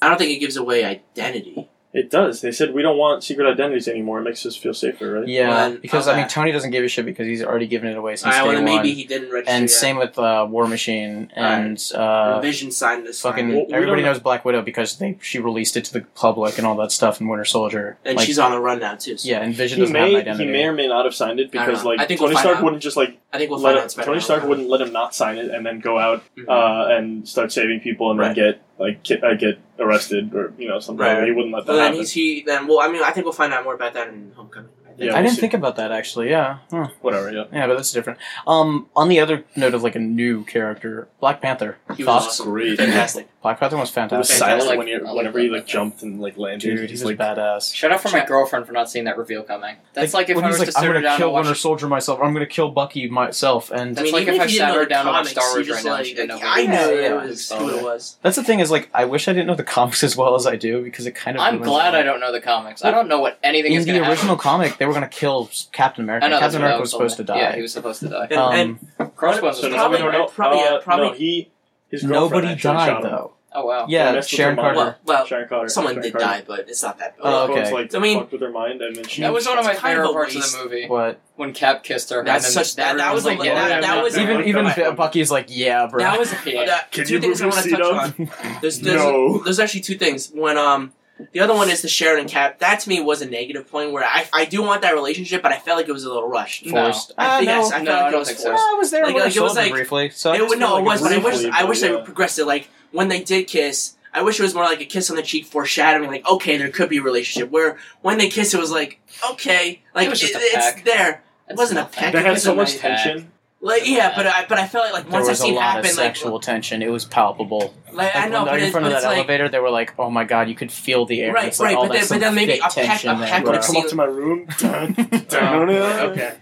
S2: I don't think it gives away identity.
S4: It does. They said we don't want secret identities anymore. It makes us feel safer, right?
S1: Yeah,
S2: Well,
S1: because I mean
S2: okay.
S1: Tony doesn't give a shit because he's already given it away since
S2: I
S1: day
S2: want to
S1: one.
S2: maybe he didn't register.
S1: and
S2: yet.
S1: same with uh, War Machine and
S2: And
S1: uh,
S2: Vision signed this
S1: fucking
S2: time.
S4: Well, we
S1: everybody
S4: don't know-
S1: knows Black Widow because they she released it to the public and all that stuff and Winter Soldier.
S2: and
S1: like,
S2: she's on a run now too. So
S1: yeah, and Vision
S4: He
S1: doesn't have an
S4: may, he
S1: identity.
S4: may or may not have signed it
S2: don't
S4: because
S2: know.
S4: like
S2: I think
S4: Tony
S2: we'll find
S4: Stark
S2: out.
S4: wouldn't just like
S2: I think we'll
S4: let
S2: find
S4: him,
S2: out. Spider-Man.
S4: Tony Stark wouldn't let him not sign it and then go out
S2: Mhm.
S4: uh, and start saving people and
S2: Right.
S4: then get like ki- uh, get arrested or you know something.
S2: Right.
S4: He wouldn't let that
S2: But then
S4: happen.
S2: he's he then well I mean I think we'll find out more about that in Homecoming. I think.
S4: Yeah,
S1: I
S4: we'll
S1: didn't
S4: see.
S1: think about that actually. Yeah, Huh.
S4: Whatever. Yeah.
S1: yeah, but that's different. Um, on the other note of like a new character, Black Panther.
S2: He was
S1: Thoughts?
S2: awesome.
S4: Great.
S2: fantastic.
S1: Black Panther was
S4: It was
S1: fantastic.
S3: Fantastic.
S4: silent
S3: I like-
S4: when he,
S3: I like
S4: whenever he
S3: that.
S4: like jumped and like landed.
S1: Dude, he
S4: he's
S1: was
S4: like,
S1: badass.
S3: Shout out for my
S2: Check.
S3: girlfriend for not seeing that reveal coming. That's like, if
S1: when
S3: I
S1: he's like,
S3: was to
S1: I'm
S3: sit her
S1: gonna
S3: down and
S1: kill
S3: watch
S1: Winter Soldier myself. or I'm gonna kill Bucky myself. And
S3: That's like
S2: even
S3: if I
S2: you
S3: sat
S2: didn't know
S3: her
S2: the
S3: down and watched
S2: comics,
S3: Star
S2: you
S3: Wars
S2: just,
S3: right now,
S2: like,
S3: she didn't know who
S2: I
S3: it
S2: know
S1: was.
S2: it
S1: Yeah.
S2: was who it was.
S1: that's the thing is like I wish I didn't know the comics as well as I do because it kind of.
S3: I'm
S1: ruins
S3: glad
S1: it.
S3: I don't know the comics. I don't know what anything
S1: in
S3: is
S1: the
S3: going to
S1: original
S3: happen.
S1: comic, they were going to kill Captain America.
S3: I know that's
S1: Captain
S3: what I
S1: America
S3: was
S1: was supposed to
S3: told.
S1: die.
S3: Yeah, he was supposed to die.
S2: And,
S1: Um,
S2: and
S3: Crossbones
S4: So
S3: was
S4: now we
S2: Probably-
S4: don't know.
S2: probably-
S4: uh,
S2: probably-
S4: no, he. His girlfriend
S1: nobody
S4: actually shot
S1: died
S4: him.
S1: though.
S3: Oh wow.
S1: Yeah,
S4: that's the
S1: Sharon
S4: Lamar.
S1: Carter.
S2: well, well,
S4: Sharon Carter.
S2: someone
S4: Sharon
S2: did
S4: Carter.
S2: die. but it's not that bad.
S1: Oh,
S4: Crossbones,
S1: okay.
S4: like
S2: I mean-
S4: fucked with her mind, and then she.
S3: That was one of my
S2: It's kind
S3: favorite
S2: of a
S3: parts of
S2: waste.
S3: the movie
S1: What?
S3: when Cap kissed her.
S2: That's
S3: and then
S2: such- that- that
S3: everyone
S2: was
S3: like, "Oh,
S2: a-
S3: yeah,
S2: that-
S3: yeah,
S2: that
S3: yeah,
S2: was-
S3: yeah.
S1: Even
S4: Right.
S1: even
S4: Right.
S1: Bu- Bucky's like, yeah, bro.
S2: That was
S3: Yeah.
S2: that-
S4: Can
S2: two
S4: you
S2: things I
S4: move
S2: want to
S4: your
S2: touch
S4: seat
S2: on.
S4: up?
S2: There's, there's,
S4: no.
S2: there's actually two things. When um the other one is the Sharon and Cap. That to me was a negative point where I I do want that relationship, but I felt like it was a little rushed.
S3: No.
S1: forced.
S2: I
S1: Ah,
S2: think yes, I
S3: no,
S2: felt like
S3: I don't
S2: it was
S3: think
S2: forced.
S3: so.
S1: Ah, I was there
S2: Like,
S1: when
S2: like,
S1: I
S2: it
S1: saw
S2: was
S1: them
S2: like-
S1: briefly. So I
S2: It,
S1: just
S2: would- no,
S1: felt
S2: it
S1: like
S2: was, but I wish
S4: briefly,
S2: I
S4: but
S2: wish they
S4: yeah.
S2: would progress it. Like when they did kiss, I wish it was more like a kiss on the cheek, foreshadowing. Like okay, there could be a relationship. Where when they kissed, it was like okay, like
S3: It was just a
S2: it's
S3: peck.
S2: there.
S3: That's
S2: wasn't a
S3: not
S2: peck.
S3: bad.
S4: That had so much
S2: Yeah.
S4: tension.
S2: Like yeah, but I but I felt like like
S1: there
S2: once I
S1: was a
S2: seen it
S1: lot
S2: happen,
S1: of sexual
S2: like,
S1: tension. It was palpable.
S2: like I
S1: Like,
S2: know,
S1: when
S2: but
S1: they're in
S2: it,
S1: front
S2: but
S1: of that
S2: it's like
S1: elevator, they were like, "Oh my god, you could feel the air."
S2: Right,
S1: It's like,
S2: right,
S1: oh,
S2: but
S1: that's
S2: then- but
S1: some
S2: then maybe
S1: thick
S2: a peck-
S1: tension
S2: a
S1: there.
S2: peck
S4: When I
S2: would've
S4: come up
S2: seen-
S4: to my room.
S2: okay.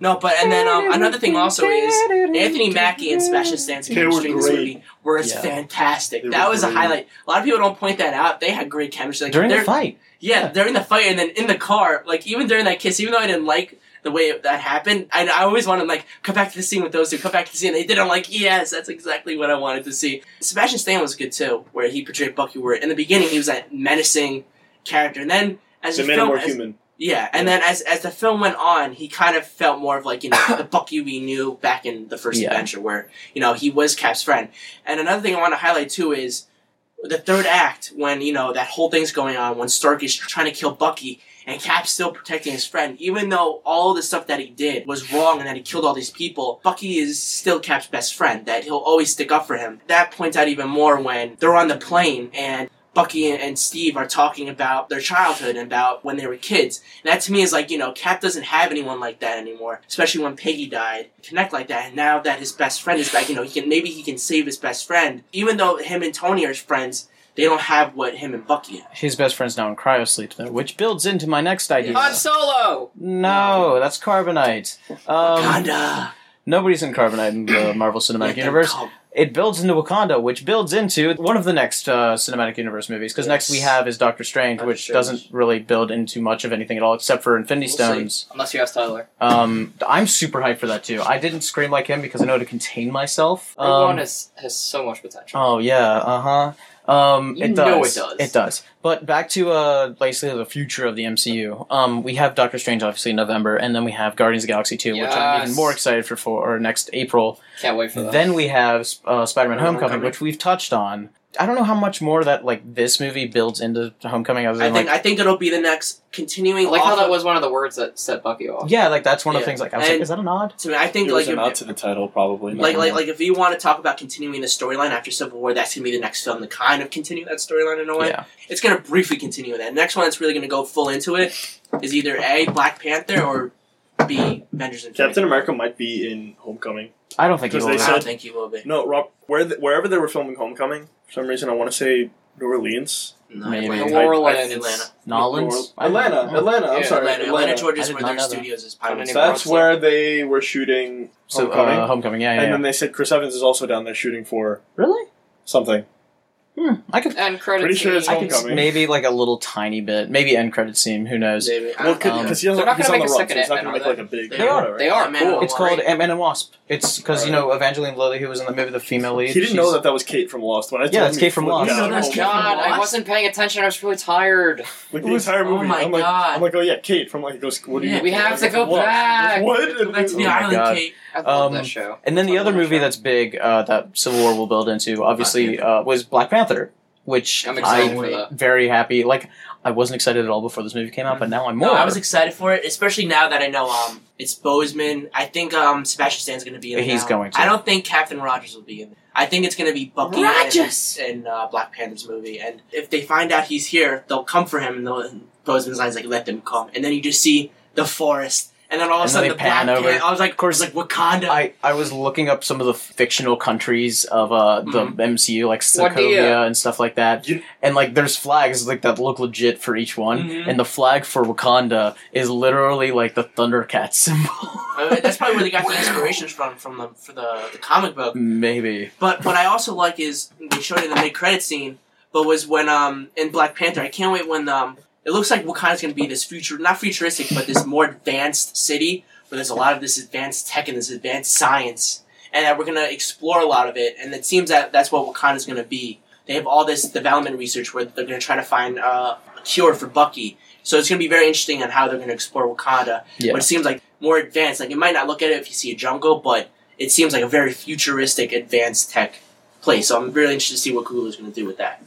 S2: No, but and then um, another thing also is Anthony Mackie and Sebastian Stan's
S4: They
S2: chemistry in
S4: were
S2: this
S4: great.
S2: movie was
S1: Yeah.
S2: fantastic.
S4: They
S2: that
S4: were
S2: was a
S4: great.
S2: highlight. A lot of people don't point that out. They had great chemistry. Like,
S1: during the
S2: they're-
S1: fight.
S2: yeah,
S1: yeah.
S2: during the fight, and then in the car, like even during that kiss, even though I didn't like the way that happened, I, I always wanted like come back to the scene with those two, come back to the scene. They did. I'm like, yes, that's exactly what I wanted to see. Sebastian Stan was good too, where he portrayed Bucky. Where in the beginning he was that menacing character, and then as
S4: They
S2: the
S4: made him
S2: film,
S4: more
S2: as-
S4: human.
S2: yeah, and then as as the film went on, he kind of felt more of like you know the Bucky we knew back in the first
S1: Yeah.
S2: adventure, where you know he was Cap's friend. And another thing I want to highlight too is the third act when you know that whole thing's going on when Stark is trying to kill Bucky and Cap's still protecting his friend, even though all the stuff that he did was wrong and that he killed all these people. Bucky is still Cap's best friend; that he'll always stick up for him. That points out even more when they're on the plane and. Bucky and- and Steve are talking about their childhood and about when they were kids. And that to me is like, you know, Cap doesn't have anyone like that anymore, especially when Peggy died. Connect like that, and now that his best friend is back, you know, he can maybe he can save his best friend. Even though him and Tony are friends, they don't have what him and Bucky have.
S1: His best friend's now in cryosleep, though, which builds into my next idea.
S3: Han Solo.
S1: No, that's carbonite. Um,
S2: Wakanda.
S1: nobody's in carbonite in the Marvel
S2: Let
S1: Cinematic
S2: them
S1: Universe.
S2: come.
S1: It builds into Wakanda, which builds into one of the next uh, Cinematic Universe movies. Because next we
S2: Yes.
S1: have is Doctor Strange,
S3: Doctor
S1: which
S3: Strange.
S1: doesn't really build into much of anything at all, except for Infinity
S3: We'll see.
S1: Stones.
S3: Unless you ask Tyler.
S1: Um, I'm super hyped for that too. I didn't scream like him because I know how to contain myself.
S3: Everyone
S1: Um,
S3: has has so much potential.
S1: Oh yeah, uh huh. Um,
S3: You
S1: it does.
S3: know it does.
S1: It does. But back to uh, basically the future of the MCU. Um, we have Doctor Strange obviously in November, and then we have Guardians of the Galaxy two, which I'm even
S3: Yes.
S1: more excited for for or next April.
S3: Can't wait for that.
S1: Then we have uh, Spider Man Homecoming,
S2: Homecoming.
S1: which we've touched on. I don't know how much more that like this movie builds into Homecoming other
S2: I
S1: than
S2: think
S1: like
S2: I think it'll be the next
S3: I
S2: continuing.
S3: like
S2: off
S3: how that
S2: of-
S3: was one of the words that set Bucky off.
S1: yeah, like that's one of the
S2: Yeah.
S1: things. Like I was
S2: And-
S1: like, is that a nod?
S2: To me, I think
S4: It
S2: like
S4: was
S2: if,
S4: a nod to the title, probably.
S2: like like like if you want to talk about continuing the storyline after Civil War, that's gonna be the next film to kind of continue that storyline in a way.
S1: Yeah.
S2: It's gonna briefly continue that. Next one that's really gonna go full into it is either A, Black Panther, or B, Avengers Infinity. Oh,
S4: Captain America might be in Homecoming.
S1: I don't think he
S4: Because
S1: will.
S4: they
S2: I
S4: said-
S2: don't think he will be.
S4: No, Rob. Where the, wherever they were filming Homecoming, for some reason I want to say New Orleans.
S2: No,
S1: Maybe.
S2: Atlanta.
S3: New Orleans.
S2: Atlanta.
S1: Nolans?
S4: New Orleans- Atlanta, Atlanta. I'm
S3: Yeah,
S4: sorry,
S2: Atlanta, Atlanta, Georgia
S1: I
S2: is
S1: did
S2: where
S1: not
S2: their
S1: know that.
S2: studios is part of
S3: Atlanta,
S2: it.
S3: Georgia.
S4: That's where they were shooting
S1: So
S4: Homecoming,
S1: uh, Homecoming, yeah, yeah.
S4: and
S1: yeah.
S4: then they said Chris Evans is also down there shooting for
S1: really?
S4: something.
S1: Hmm, I could.
S3: And credits.
S4: Pretty sure it's
S1: I could s-
S4: Homecoming.
S1: maybe like a little tiny bit, maybe end credit scene. Who knows?
S2: Maybe. I
S4: Well,
S2: don't
S4: because
S1: Um,
S4: he's, on-
S3: they're not
S4: he's
S3: gonna
S4: on the
S3: make a
S4: run, so
S3: second
S4: he's not
S3: Ant-Man,
S4: going to make
S3: are
S4: like a big.
S2: They
S4: or
S1: are.
S4: whatever.
S3: They are
S2: Man,
S3: cool.
S1: It's called
S2: Right.
S1: Ant Man and Wasp. It's because you know Evangeline Lilly, who was in the movie, the female lead.
S4: He didn't
S1: she's-
S4: know that that was Kate from Lost. When I told
S1: Yeah, that's
S4: him
S1: Kate
S4: he
S1: from
S4: flipped
S1: Lost.
S4: out.
S1: You know
S2: that's
S3: Oh
S2: Kate from
S3: God, I
S2: Lost?
S3: wasn't paying attention. I was really tired.
S4: Like
S2: It
S4: the
S2: was-
S4: entire
S2: oh
S4: movie.
S2: my
S4: I'm like,
S2: God.
S4: I'm like, oh yeah, Kate from like. He goes, what do you?
S3: We have to go
S4: Lost.
S3: back.
S4: What?
S2: Go back to the
S1: Oh my
S2: island,
S1: God.
S2: Kate.
S3: I love
S1: Um,
S3: that show.
S1: And then the
S3: Fun
S1: other
S3: little
S1: movie
S3: show.
S1: that's big uh, that Civil War will build into, obviously, uh, was Black Panther, which
S3: I'm
S1: I
S3: excited for that.
S1: very happy. Like I wasn't excited at all before this movie came out, but now I'm more.
S2: No, I was excited for it, especially now that I know um it's Bozeman. I think um Sebastian Stan's gonna be in. it
S1: He's
S2: now.
S1: going to.
S2: I don't think Captain Rogers will be in. it. I think it's gonna be Bucky
S3: Rogers!
S2: in, in uh, Black Panther's movie, and if they find out he's here, they'll come for him. And they'll, and Bozeman's lines like, "Let them come," and then you just see the forest, and then
S1: And
S2: all of a
S1: then
S2: sudden
S1: they
S2: the Black
S1: pan over.
S2: Panther. I was like, "Of course, like Wakanda."
S1: I, I was looking up some of the fictional countries of uh, the
S2: Mhm.
S1: MCU, like
S3: What do you-
S1: Sokovia and stuff like that.
S4: You-
S1: and like, there's flags like that look legit for each one.
S2: Mhm.
S1: And the flag for Wakanda is literally like the Thundercat symbol.
S2: I mean, Oh, Uh, that's probably where they got the inspirations from from the for the, the comic book.
S1: Maybe.
S2: But what I also like is they showed it in the mid credit scene, but was when um in Black Panther. I can't wait when um it looks like Wakanda's gonna be this future not futuristic, but this more advanced city where there's a lot of this advanced tech and this advanced science, and that we're gonna explore a lot of it. And it seems that that's what Wakanda's gonna be. They have all this development research where they're gonna try to find uh, a cure for Bucky. So it's gonna be very interesting on how they're gonna explore Wakanda.
S1: Yeah.
S2: But it seems like more advanced. Like you might not look at it if you see a jungle, but it seems like a very futuristic, advanced tech place. So I'm really interested to see what Google's going to do with that.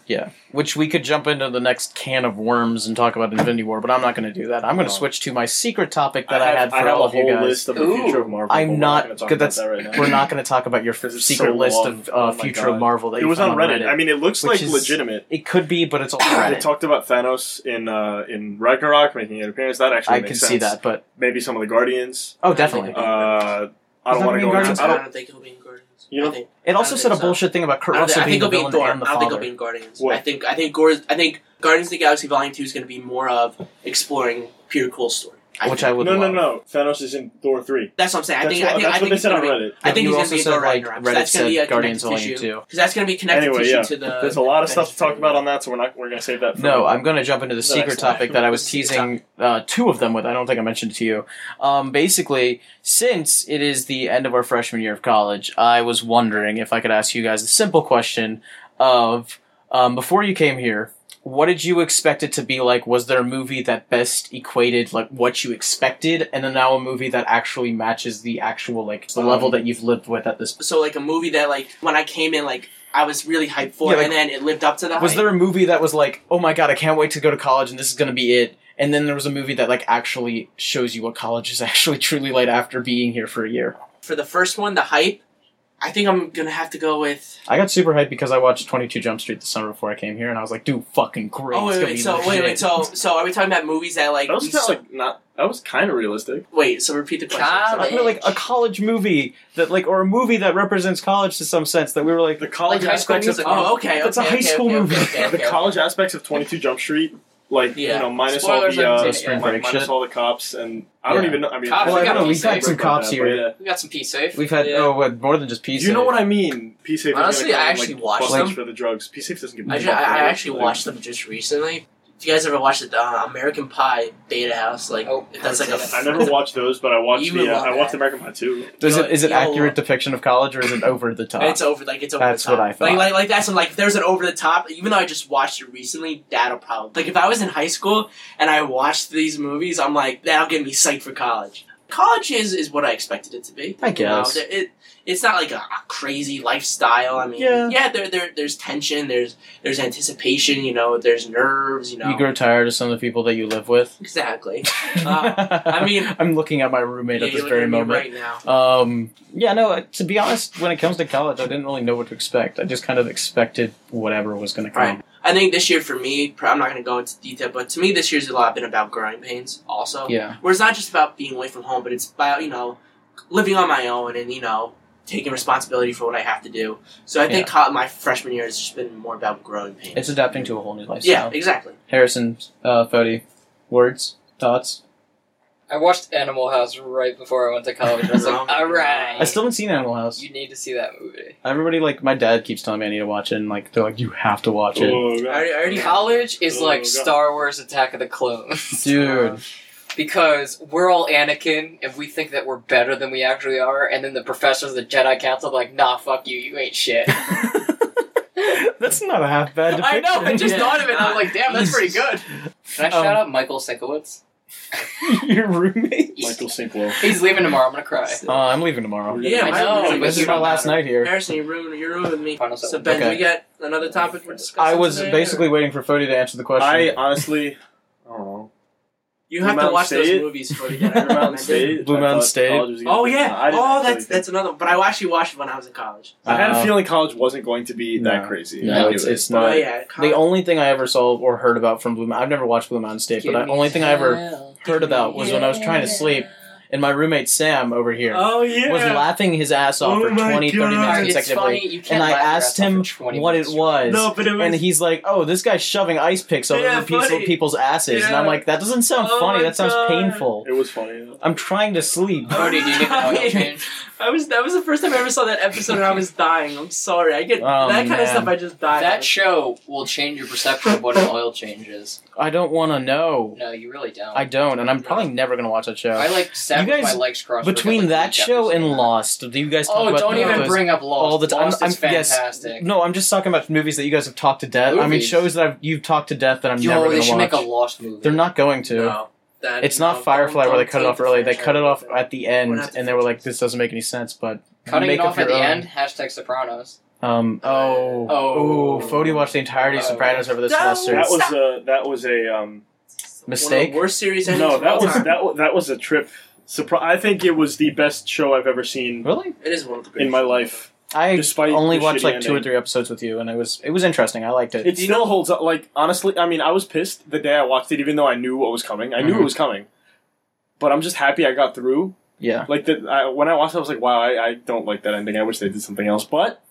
S1: Which we could jump into the next can of worms and talk about Infinity War, but I'm not going to do that. I'm going to
S4: No.
S1: switch to my secret topic that
S4: I
S1: I,
S4: have,
S1: had for
S4: I have
S1: all
S4: a
S1: of you
S4: whole
S1: guys.
S4: list of the future of Marvel.
S1: I'm
S4: but we're
S1: not-
S4: gonna talk
S1: good,
S4: about
S1: that's-
S4: that right now.
S1: We're not going to talk about your
S4: 'Cause it's
S1: secret
S4: so
S1: list
S4: long.
S1: of uh,
S4: Oh my
S1: future
S4: God.
S1: of Marvel that
S4: It
S1: you
S4: was
S1: found
S4: on Reddit. I mean, it looks
S1: Which
S4: like
S1: is-
S4: legitimate.
S1: it could be, but it's also Reddit.
S4: They talked about Thanos in uh, in Ragnarok making an appearance. That actually
S1: I
S4: makes
S1: can
S4: sense.
S1: see that, but
S4: Maybe some of the Guardians.
S1: oh, definitely.
S4: Uh, I
S1: Is
S4: don't
S1: that
S4: want to
S1: being
S4: go.
S1: Guardians?
S4: Into, I don't.
S2: think he'll be in Guardians.
S4: You know-
S2: I think,
S1: It also
S2: I
S1: said a
S2: think so.
S1: bullshit thing about Kurt
S2: I don't
S1: Russell
S2: think, I
S1: being
S2: think
S1: the
S2: he'll be in
S1: villain
S2: Thor. I
S1: and the
S2: don't think he'll
S1: father.
S2: be in Guardians.
S4: What?
S2: I think I think Gor- I think Guardians of the Galaxy Volume Two is going to be more of exploring Peter Cole's story. I
S1: Which
S2: think.
S1: I would
S4: No, no,
S1: love.
S4: no. Thanos is in Thor three.
S2: That's what I'm saying. I
S4: That's
S2: think
S4: what,
S2: I think I
S4: that's what
S2: think
S4: they
S2: it's
S4: said on
S2: gonna be-
S4: Reddit.
S2: I think
S1: you
S2: he's
S1: also
S2: going to be
S1: said
S2: in Thor
S1: like Reddit
S2: Ragnarok. so that's going to
S1: said
S2: be a
S1: Guardians
S2: connective
S1: Volume
S2: tissue.
S1: Two.
S2: Because that's going to be connected
S4: Anyway,
S2: tissue
S4: yeah.
S2: to the.
S4: There's a lot of stuff to
S2: Fantastic
S4: talk about on that, so we're not. We're gonna save that. For
S1: No, I'm going to jump into the
S4: The
S1: secret
S4: next one.
S1: topic that I was teasing uh, two of them with. I don't think I mentioned to you. Um, basically, since it is the end of our freshman year of college, I was wondering if I could ask you guys the simple question of um, before you came here, what did you expect it to be like? Was there a movie that best equated like what you expected, and then now a movie that actually matches the actual like the
S4: Um,
S1: level that you've lived with at this?
S2: So like a movie that like when I came in like I was really hyped for,
S1: Yeah, like-
S2: and then it lived up to that.
S1: Was there a movie that was like, oh my god, I can't wait to go to college and this is gonna be it? And then there was a movie that like actually shows you what college is actually truly like after being here for a year.
S2: for the first one, the hype, I think I'm gonna have to go with.
S1: I got super hyped because I watched 22 Jump Street the summer before I came here, and I was like, dude, fucking great.
S2: oh
S1: it's
S2: wait,
S1: gonna
S2: wait,
S1: be
S2: so wait,
S1: legit.
S2: wait, so so are we talking about movies that like?
S4: That was
S2: we
S4: kind of
S2: saw-
S4: like not. That was kind of realistic.
S2: wait, so repeat the question.
S3: God,
S1: I don't know, like a college movie that like or a movie that represents college to some sense that we were like
S4: The college
S3: Like High School
S4: aspects of
S3: Musical.
S2: oh, okay,
S1: That's a
S2: okay,
S1: high
S2: okay,
S1: school
S2: okay,
S1: movie.
S2: Okay, okay,
S4: the
S2: okay.
S4: college aspects of 22 Jump Street, like
S2: Yeah.
S4: you know, minus
S3: Spoilers, I
S4: all
S3: haven't
S4: the uh,
S3: seen it yet.
S1: Spring break
S4: minus
S1: shit.
S4: all the cops, and I don't
S1: Yeah.
S4: even know. I mean,
S3: Cops,
S4: I
S3: we
S4: don't
S3: got
S4: know,
S3: P
S4: we've had
S3: safe
S4: some
S1: about
S4: cops
S1: that,
S4: here.
S1: but
S3: We got some pee safe.
S1: We've had
S2: Yeah.
S1: oh what, more than just pieces.
S4: You know what I mean? P safe.
S2: Honestly, I actually
S4: like,
S2: watched
S4: bust
S2: them.
S4: for the drugs. P safe doesn't give. a
S2: I, ju-
S4: fuck
S2: I, I
S4: about
S2: actually
S4: it.
S2: watched them just recently. If you guys ever watched the uh, American Pie Beta House, like
S3: Oh,
S2: that's like a.
S4: I never watched those, but I watched
S2: You
S4: the.
S2: would
S4: Uh,
S2: love
S4: I watched
S2: that.
S4: American Pie too.
S1: Does it is it
S2: Yo, yo.
S1: accurate depiction of college or is it over the top?
S2: It's over, like it's over.
S1: That's
S2: the top.
S1: what I thought.
S2: Like, like, like that's like if there's an over the top. Even though I just watched it recently, that'll probably like if I was in high school and I watched these movies, I'm like that'll get me psyched for college. College is is what I expected it to be.
S1: I
S2: You know,
S1: guess.
S2: there- it it's not like a, a crazy lifestyle. I mean,
S1: Yeah.
S2: there, there there's tension, there's there's anticipation. You know, there's nerves. You know,
S1: You grow tired of some of the people that you live with.
S2: exactly. Uh, I mean-
S1: I'm looking at my roommate
S2: Yeah,
S1: at
S2: you're
S1: this
S2: looking
S1: very
S2: at me
S1: moment.
S2: right now.
S1: Um, yeah, no. uh, To be honest, when it comes to college, I didn't really know what to expect. I just kind of expected whatever was going to come.
S2: Right. I think this year for me, pr- I'm not going to go into detail, but to me, this year's a lot been about growing pains. Also,
S1: Yeah,
S2: where it's not just about being away from home, but it's about you know living on my own and you know taking responsibility for what I have to do. So I think co- my freshman year has just been more about growing pains.
S1: it's adapting to a whole new lifestyle.
S2: yeah, exactly.
S1: Harrison, uh, Fody, words, thoughts.
S3: I watched Animal House right before I went to college. I was
S2: Oh
S3: like,
S2: my
S3: all
S1: I
S3: right,
S1: still haven't seen Animal House.
S3: you need to see that movie.
S1: Everybody like my dad keeps telling me I need to watch it, and like they're like, you have to watch it,
S4: Oh,
S2: I
S4: God.
S2: already, I already
S3: College is
S4: Oh,
S3: like
S4: God.
S3: Star Wars: Attack of the Clones,
S1: dude.
S3: because we're all Anakin and we think that we're better than we actually are, and then the professors of the Jedi Council are like, nah, fuck you, you ain't shit.
S1: That's not a half bad
S3: I
S1: depiction.
S3: know. I just
S2: Yeah.
S3: thought of it. and I'm like, damn, that's pretty good. Can I
S1: Um,
S3: shout out Michael Sikowitz?
S1: your roommate.
S4: Michael Sinkwell.
S3: He's leaving tomorrow. I'm gonna cry.
S1: Uh, I'm leaving tomorrow.
S2: Yeah,
S3: I
S2: my
S3: know,
S2: roommate-
S3: but
S1: This
S3: you
S1: is my
S3: don't
S1: last
S3: matter.
S1: night here.
S2: Harrison, you ruined you ruined me.
S3: Final
S2: So
S3: seven.
S2: Ben,
S1: Okay.
S2: do we get another topic we're discussing.
S1: I was
S2: today,
S1: basically
S2: or-
S1: waiting for Fody to answer the question.
S4: I honestly, I don't know.
S2: You have
S4: Blue
S2: to watch
S4: Mountain State?
S2: those movies before you get
S1: Blue
S4: Mountain
S2: recommended.
S4: State.
S1: Blue
S4: I
S1: Mountain
S4: thought
S1: State.
S4: college was gonna
S2: Oh
S4: be-
S2: yeah.
S4: I didn't
S2: oh,
S4: actually
S2: that's
S4: think-
S2: that's another. But I actually watched it when I was in college.
S4: I had
S1: Uh,
S4: a feeling college wasn't going to be that
S1: No.
S4: crazy.
S1: No,
S4: I knew
S1: it's-
S4: it.
S1: it's
S4: But-
S1: not.
S2: But Oh, yeah,
S1: the
S2: college-
S1: only thing I ever saw or heard about from Blue Mountain, I've never watched Blue Mountain State, but the only thing I ever heard about was when I was trying to sleep, and my roommate Sam over here
S2: oh yeah.
S1: was laughing his ass off
S2: Oh
S1: for
S2: my
S1: 20, 30
S2: God.
S1: minutes
S2: It's
S3: It's
S1: consecutively.
S3: funny. You can't
S1: and I
S3: laugh your
S1: asked
S3: ass off
S1: him
S3: for 20
S1: what it
S3: minutes.
S1: was.
S2: No, but it was.
S1: And he's like, "Oh, this guy's shoving ice picks all
S2: Yeah,
S1: over people's,
S2: buddy.
S1: people's asses," and I'm
S2: Yeah.
S1: like, "That doesn't sound
S2: Oh
S1: funny.
S2: my
S1: That sounds
S2: God.
S1: painful.
S4: It was funny. though.
S1: I'm trying to sleep."
S3: Cody, do you get the oil change?
S2: I was that was the first time I ever saw that episode, and I was dying. I'm sorry. I get
S1: Oh,
S2: that kind
S1: man.
S2: of stuff. I just die.
S3: That show will change your perception of what an oil change is.
S1: I don't want to know.
S3: No, you really don't.
S1: I don't, and I'm probably never gonna watch that show.
S3: I like sat
S1: You
S3: with
S1: guys-
S3: my legs crossed. for,
S1: Between
S3: like,
S1: that
S3: three
S1: show and
S3: chapters.
S1: Lost, do you guys talk
S3: Oh,
S1: about
S3: don't
S1: both
S3: even
S1: those?
S3: bring up Lost.
S1: all the time.
S3: Lost
S1: I'm-
S3: is
S1: I'm- yes.
S3: fantastic.
S1: No, I'm just talking about movies that you guys have talked to death. I mean,
S3: Movies.
S1: shows that I've, you've talked to death that I'm never
S3: Yo,
S1: gonna
S3: they should
S1: watch.
S3: make a Lost movie.
S1: They're not going to.
S2: No, that-
S1: It's
S2: no,
S1: not Firefly
S2: don't-
S1: where they
S2: don't
S1: cut it
S2: take
S1: off
S2: the
S1: early. They
S2: franchise
S1: cut it off
S2: with
S1: at the
S2: We'll
S1: end,
S2: have to
S1: and they were
S2: fix
S1: like,
S2: it.
S1: "This doesn't make any sense." But
S3: cutting
S1: make
S3: it off
S1: up
S3: at the
S1: your own.
S3: end. Hashtag Sopranos.
S1: um, oh,
S3: Oh.
S1: oh, Fody watched the entirety of
S3: Oh.
S1: Sopranos over the
S2: That was-
S1: semester.
S4: That was a that was a um
S2: One of
S1: mistake.
S2: the worst series. endings
S4: no
S2: of all
S4: that was
S2: time.
S4: that was, that was a trip. Surpri- I think it was the best show I've ever seen
S1: Really?
S2: It is one of the
S4: in
S2: greatest
S4: my
S2: shows
S4: life.
S1: I
S4: Despite
S1: only
S4: the
S1: watched
S4: shitty
S1: like two or
S4: ending.
S1: three episodes with you, and it was it was interesting. I liked it.
S4: It still holds up. Like honestly, I mean, I was pissed the day I watched it, even though I knew what was coming. I knew
S1: Mhm.
S4: it was coming, but I'm just happy I got through.
S1: yeah,
S4: Like that, I, when I watched, it, I was like, "Wow, I, I don't like that ending. I wish they did something else." But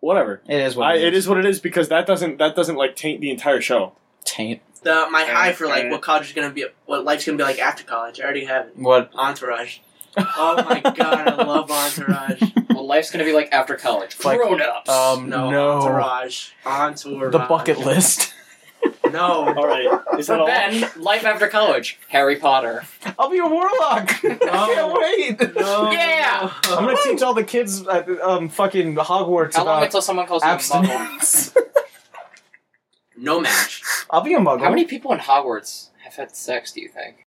S4: whatever,
S1: it is what
S4: I, it is what it is because that doesn't that doesn't like taint the entire show.
S1: Taint.
S2: The, my high for
S4: Mm.
S2: like what college is gonna be, what life's gonna be like after college. I already have it.
S1: What?
S2: Entourage. Oh my god, I love Entourage.
S3: Well, life's gonna be like after college.
S1: Like,
S3: Grown ups.
S1: Um,
S2: No,
S1: no.
S2: Entourage. Entourage.
S1: the bucket list.
S2: No.
S4: All right, is that
S3: For
S4: all?
S3: Ben, life after college. Harry Potter.
S1: I'll be a warlock. I can't wait.
S2: No.
S3: Yeah!
S1: I'm gonna teach all the kids at um, fucking Hogwarts
S3: How long
S1: about
S3: until someone calls you a muggle?
S1: abstinence.
S2: No match.
S1: I'll be a muggle.
S3: How many people in Hogwarts have had sex? Do you think?